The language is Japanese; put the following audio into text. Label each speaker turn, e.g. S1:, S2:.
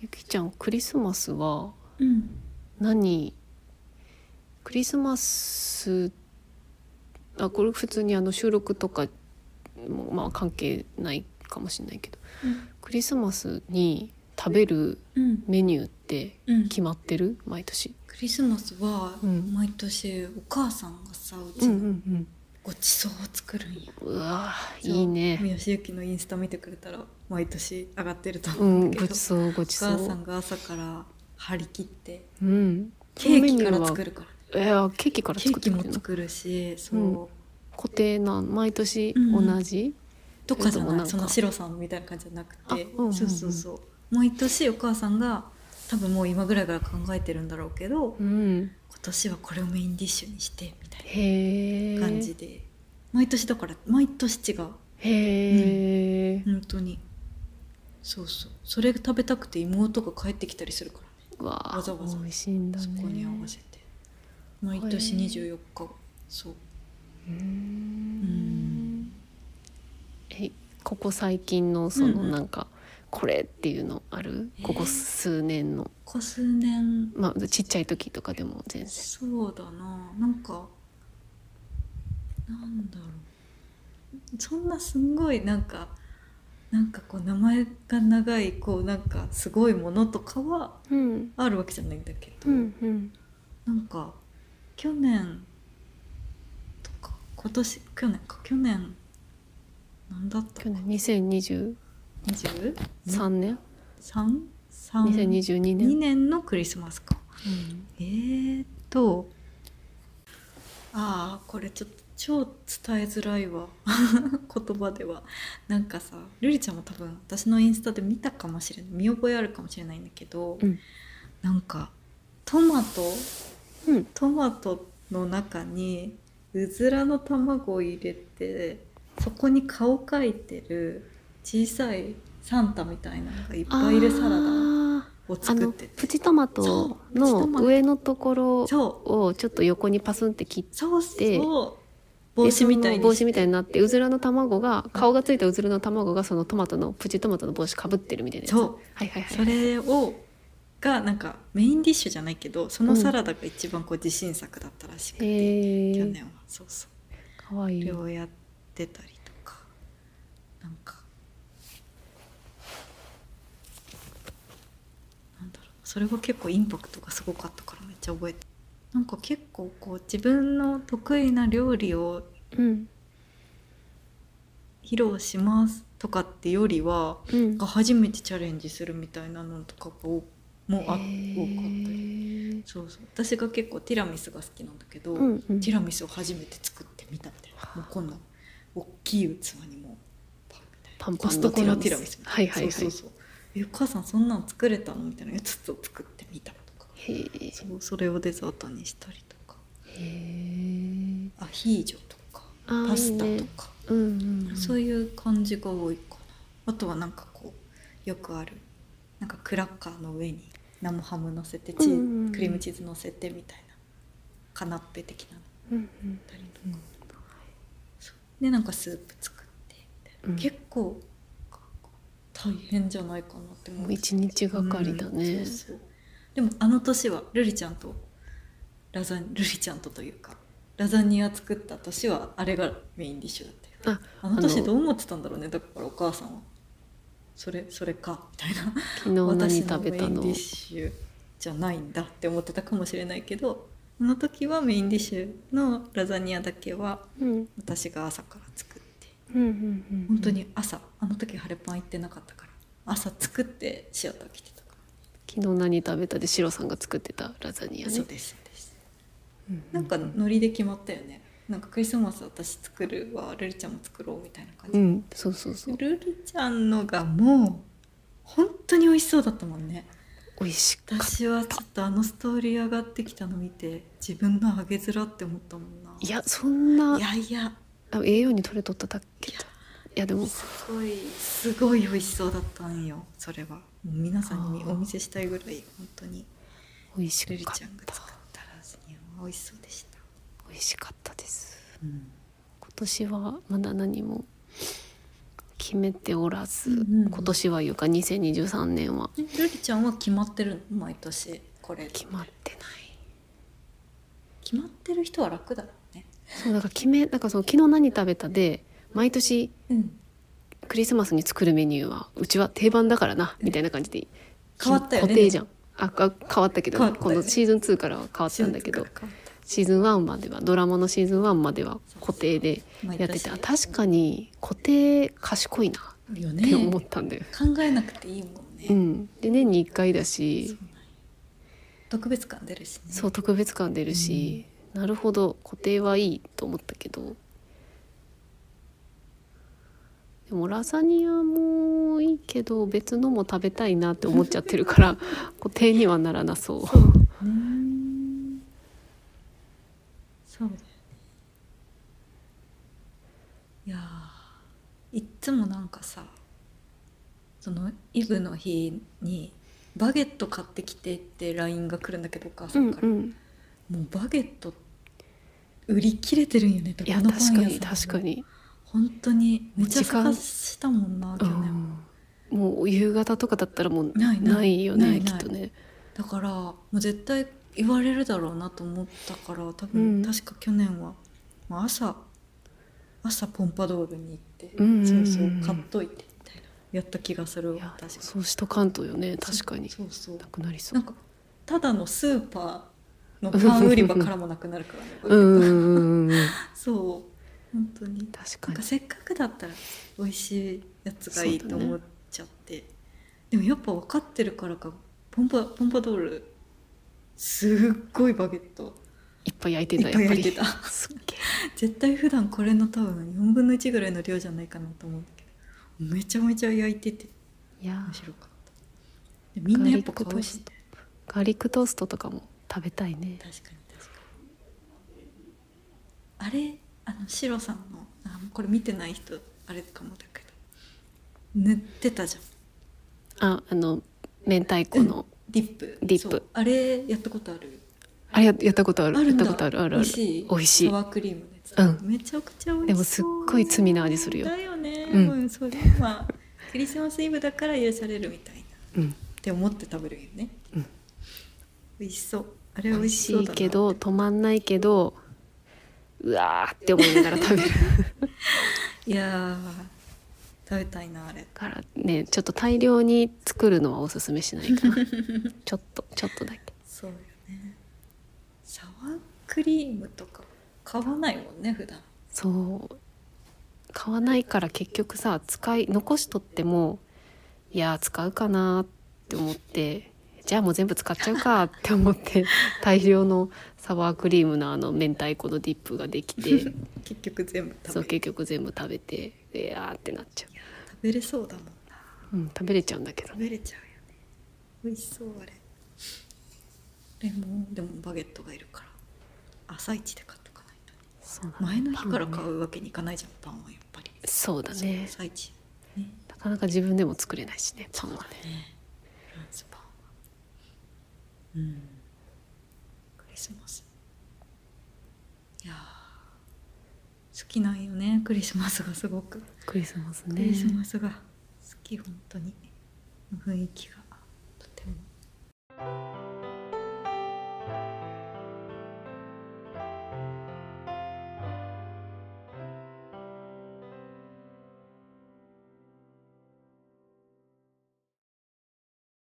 S1: ゆきちゃんクリスマスは
S2: うん
S1: 何クリスマスあこれ普通にあの収録とかもまあ関係ないかもしれないけどクリスマスに食べる
S2: うん
S1: メニューって
S2: うん
S1: 決まってる毎年
S2: クリスマスは
S1: うん
S2: 毎年お母さんがさう
S1: う
S2: ち
S1: んう
S2: の
S1: ん
S2: ごちそうを作るんや、
S1: うんうわーいいね
S2: 三好由紀のインスタ見てくれたら毎年上がってると
S1: う
S2: 思うん
S1: ん
S2: だけど、
S1: ごちそうご
S2: お
S1: ちそ
S2: 母さ
S1: うん
S2: が朝から張り切って
S1: うん
S2: ケーキか
S1: このメニュ
S2: ら
S1: ーは
S2: 作るから
S1: いやケーキから
S2: ケ
S1: 作っ
S2: ー
S1: てく
S2: キ
S1: れ
S2: も
S1: るの
S2: 作るしそうう、
S1: ん固定な毎年
S2: うん
S1: 同じ
S2: とかじゃ
S1: それともな
S2: な
S1: ん
S2: い
S1: か
S2: そのシロさんみたいな感じじゃなく
S1: あ
S2: て、
S1: うんうんうん
S2: そうそうそう毎年お母さんが多分もう今ぐらいから考えてるんだろうけど、今
S1: うん
S2: 年はこれをメインディッシュにしてみたい
S1: へえ
S2: な感じで、毎年だから毎年違う
S1: へえ、
S2: 本当にそうそうそれ食べたくて妹が帰ってきたりするからね
S1: うわあ
S2: わざわざ
S1: 美味しいんだね
S2: そこに合わせて毎年
S1: へえ
S2: 24日そう
S1: うーん
S2: ん
S1: えここ最近のその
S2: うんうん
S1: なんか、これっていうのある
S2: えー
S1: ここ数年の、
S2: ここ数年
S1: まあちっちゃい時とかでも全然
S2: そうだななんかなんだろうそんなすんごいなんかなんかこう名前が長いこうなんかすごいものとかは
S1: うん
S2: あるわけじゃないんだけど、
S1: うんうん
S2: なんか去年とか今年去年か去年なんだった
S1: 去年2023
S2: 20?
S1: 年、
S2: 3? 2
S1: 2022年、
S2: 2年のクリスマスか。えー、っとああこれちょっと超伝えづらいわ 言葉ではなんかさ瑠璃ちゃんも多分私のインスタで見たかもしれない見覚えあるかもしれないんだけど、
S1: うん
S2: なんかトマト
S1: うんうん
S2: トマトの中にうずらの卵を入れてそこに顔描いてる小さいサンタみたいなのがいっぱいいるサラダ
S1: あ
S2: を
S1: ーあ
S2: 作っ
S1: の
S2: てて
S1: プチトマト
S2: そうプチト
S1: の
S2: マト
S1: 上のところ
S2: そう
S1: をちょっと横にパスンって切って
S2: そう
S1: で
S2: そ
S1: で
S2: う帽子みたい
S1: そ
S2: に
S1: の帽子みたいになってうずらの卵が顔がついたうずらの卵がそのトマトのプチトマトの帽子かぶってるみたいなやつ
S2: そう
S1: はいはいは
S2: そ
S1: い
S2: れをがなんかメインディッシュじゃないけどそのサラダが一番こう自信作だったらしく
S1: へ
S2: て、去
S1: え
S2: 年はそうそう
S1: かわい
S2: そ
S1: い
S2: れをやってたりとかなんかなんだろうそれが結構インパクトがすごかったからめっちゃ覚えてなんか結構こう自分の得意な料理を
S1: うん
S2: 披露しますとかってよりは
S1: うん
S2: が初めてチャレンジするみたいなのとかももあ多かったり
S1: へー
S2: そうそう私が結構ティラミスが好きなんだけど、
S1: うんうん
S2: ティラミスを初めて作ってみたみたいなもうこんな大きい器にもパンみたいな
S1: パンパ
S2: コ
S1: ン
S2: ス
S1: の
S2: ト
S1: テ
S2: コ
S1: ィラ
S2: の
S1: ミス
S2: ティラミスみた
S1: はいい
S2: な
S1: はいはい
S2: そうそうそうえお母さんそんなの作れたのみたいなやつを作ってみたとか
S1: へー
S2: そうそれをデザートにしたりとか
S1: へー
S2: アヒージョとか
S1: あー
S2: パスタ
S1: いい
S2: と
S1: ね
S2: か
S1: うんうんうん
S2: そういう感じが多いかなあとはなんかこうよくあるなんかクラッカーの上に生ハム乗せて
S1: う
S2: チー、
S1: んうんうん
S2: クリームチーズ乗せてみたいなカナッペ的なの
S1: うんうん
S2: だったりとか、そうでなんかスープ作ってみたいな、
S1: うん
S2: 結構大変じゃないかなって思
S1: も
S2: う
S1: う一日がかりだ
S2: う
S1: ね
S2: んそうそうでもあの年はルリちゃんとラザルリちゃんとというかラザニア作った年はあれがメインディッシュだったよ
S1: あ
S2: あの
S1: あ
S2: 年
S1: の
S2: どう思ってたんだろうねだからお母さんはそれそれかみたいな
S1: 昨日何
S2: 私の
S1: 食
S2: メイ
S1: べ
S2: ンデ
S1: たの
S2: ィッシュじゃないんだって思ってたかもしれないけどあの時はメインディッシュのラザニアだけは
S1: うんうん
S2: 私が朝から作って
S1: うんうん
S2: 本当に朝あの時晴れパン行ってなかったから朝作ってシアター来てたか
S1: 昨日何食べたでシロさんが作ってたラザニア
S2: ら
S1: ね
S2: そうですそうです
S1: うん
S2: なんかノリで決まったよねなんかクリスマス私作るわルリちゃんも作ろうみたいな感
S1: う
S2: じ
S1: んそうそうそう
S2: ルリちゃんのがもう本当に美味しそうだったもんね
S1: 美味しかった
S2: 私はちょっとあのストーリー上がってきたの見て自分のあげづらって思ったもんない
S1: やそんない
S2: やいや
S1: あ栄養に取れとっただけだいやでも
S2: すごいすごい美味しそうだったんよそれはもう皆さんにお見せしたいぐらい本当に
S1: 美味し
S2: ルリ
S1: かっ
S2: ちゃんが
S1: た
S2: 作ったラズニアは美味しそうでした、
S1: 美味しかったです今年はまだ何も決めておらず、
S2: うんうん
S1: 今年はいうか2023年は
S2: え瑠璃ちゃんは決まってるの毎年これ
S1: 決まってない
S2: 決まってる人は楽だろうね
S1: そうだから決めだからその昨日何食べたで毎年
S2: うん
S1: クリスマスに作るメニューはうちは定番だからなみたいな感じで
S2: 変わったよね
S1: 固定じゃんああ変わったけど
S2: 変わったよ
S1: こ
S2: ね
S1: のシーズン2からは変わったんだけどシーズン1まではドラマのシーズン1までは固定でやっててあ確かに固定賢いなっ
S2: によ
S1: て思っ
S2: ね
S1: たんだよ、
S2: 考えなくていいもんね、
S1: うん、で年に1回だし
S2: そうなんや特別感出るしね
S1: そう特別感出るし、なるほど固定はいいと思ったけどでもラザニアもいいけど別のも食べたいなって思っちゃってる から固定にはならなそう
S2: うーんそうだよねいやーいっつもなんかさそのイブの日にバゲット買ってきてって LINE が来るんだけどお母さ
S1: うん
S2: んから、
S1: うん
S2: もうバゲット売り切れてるんよねど
S1: い
S2: こ
S1: や
S2: の
S1: 確
S2: パン屋さん
S1: か
S2: も
S1: に確かに、
S2: 本当にめっちゃ
S1: 時間
S2: 探したもんな去
S1: う
S2: 年も
S1: ん、もう夕方とかだったらもう
S2: ないない
S1: ないよね
S2: ないない
S1: きっとね
S2: だからもう絶対言われるだろうなと思ったから多
S1: う
S2: 分、
S1: ん
S2: 確か去年は、まあ、朝朝ポンパドールに行って、
S1: うんうんうん
S2: そうそう買っといてみたいなやった気がする
S1: い
S2: わ
S1: や
S2: 確か
S1: そうしとかんとよね確かに
S2: そうそうそう
S1: なくなりそ
S2: な
S1: うん
S2: かただのスーパーのパン売り場からもなくなるからね
S1: うんうんうんうん
S2: そう本当に
S1: 確
S2: な
S1: か
S2: ん
S1: に
S2: かせっかくだったら美味しいやつがいい
S1: そう
S2: と
S1: だね
S2: 思っちゃって、でもやっぱ分かってるからかポンパポンパドールすっごいバゲット
S1: いっぱい焼いて
S2: い
S1: た
S2: っ
S1: や
S2: ぱ
S1: っ
S2: い
S1: ぱ
S2: 焼い
S1: り
S2: てた
S1: すっげえ
S2: 絶対普段これの多分4分の1ぐらいの量じゃないかなと思うんだけどめちゃめちゃ焼いてて
S1: いや
S2: 面
S1: ー
S2: 白かったでみんなやっぱ買うし、ね、
S1: ガーリックトーストとかも食べたいね
S2: 確かに確かにあれあのシロさんのあもうこれ見てない人あれかもだけど塗ってたじゃん
S1: ああの明太子の、
S2: ディップ
S1: ディップ
S2: そうあれやったことある
S1: あれややったことあ
S2: あ
S1: る
S2: るんだ
S1: やったことあるあるある
S2: 美味しい
S1: 美味しい
S2: サワークリームのやつ、
S1: うん
S2: めちゃくちゃ美味しそう
S1: でもすっごい罪な味するよ
S2: だよね、う
S1: うんん
S2: それはクリスマスイブだから許されるみたいなっ
S1: うん、
S2: て思って食べるよね、
S1: うん
S2: 美味しそうあ
S1: 美
S2: れ美味
S1: 味
S2: し
S1: し
S2: そう
S1: い
S2: だな
S1: けど止まんないけどうわーって思いながら食べる
S2: いやー食べたいなあれ
S1: からねちょっと大量に作るのはおすすめしない かなちょっとちょっとだけ
S2: そうよねサワークリームとか買わないもんね普段
S1: そう買わないから結局さ使い残しとってもいやー使うかなーって思ってじゃあもう全部使っちゃうかって思って大量のサワークリームのあの明太子のディップができ て
S2: 結局全部
S1: そう
S2: 食べる
S1: 結局全部食べていやーってなっちゃ
S2: 食べれそうだもんな
S1: う、うん、食べれちゃうんだけど
S2: 食べれちゃうよね美味しそうあれレモンでもバゲットがいるから朝一で買っとかないと
S1: そうな
S2: 前の日から
S1: パン
S2: 買
S1: はね
S2: うわけにいかないじゃんパンはやっぱり
S1: そうだ
S2: そう
S1: ね
S2: 朝一ね
S1: なかなか自分でも作れないしねパンはね
S2: ねフランスパンはうんクリスマスいやー好きなんよねクリスマスがすごく、
S1: クリスマス
S2: ク
S1: ね
S2: リスマスが好き本当に雰囲気がとても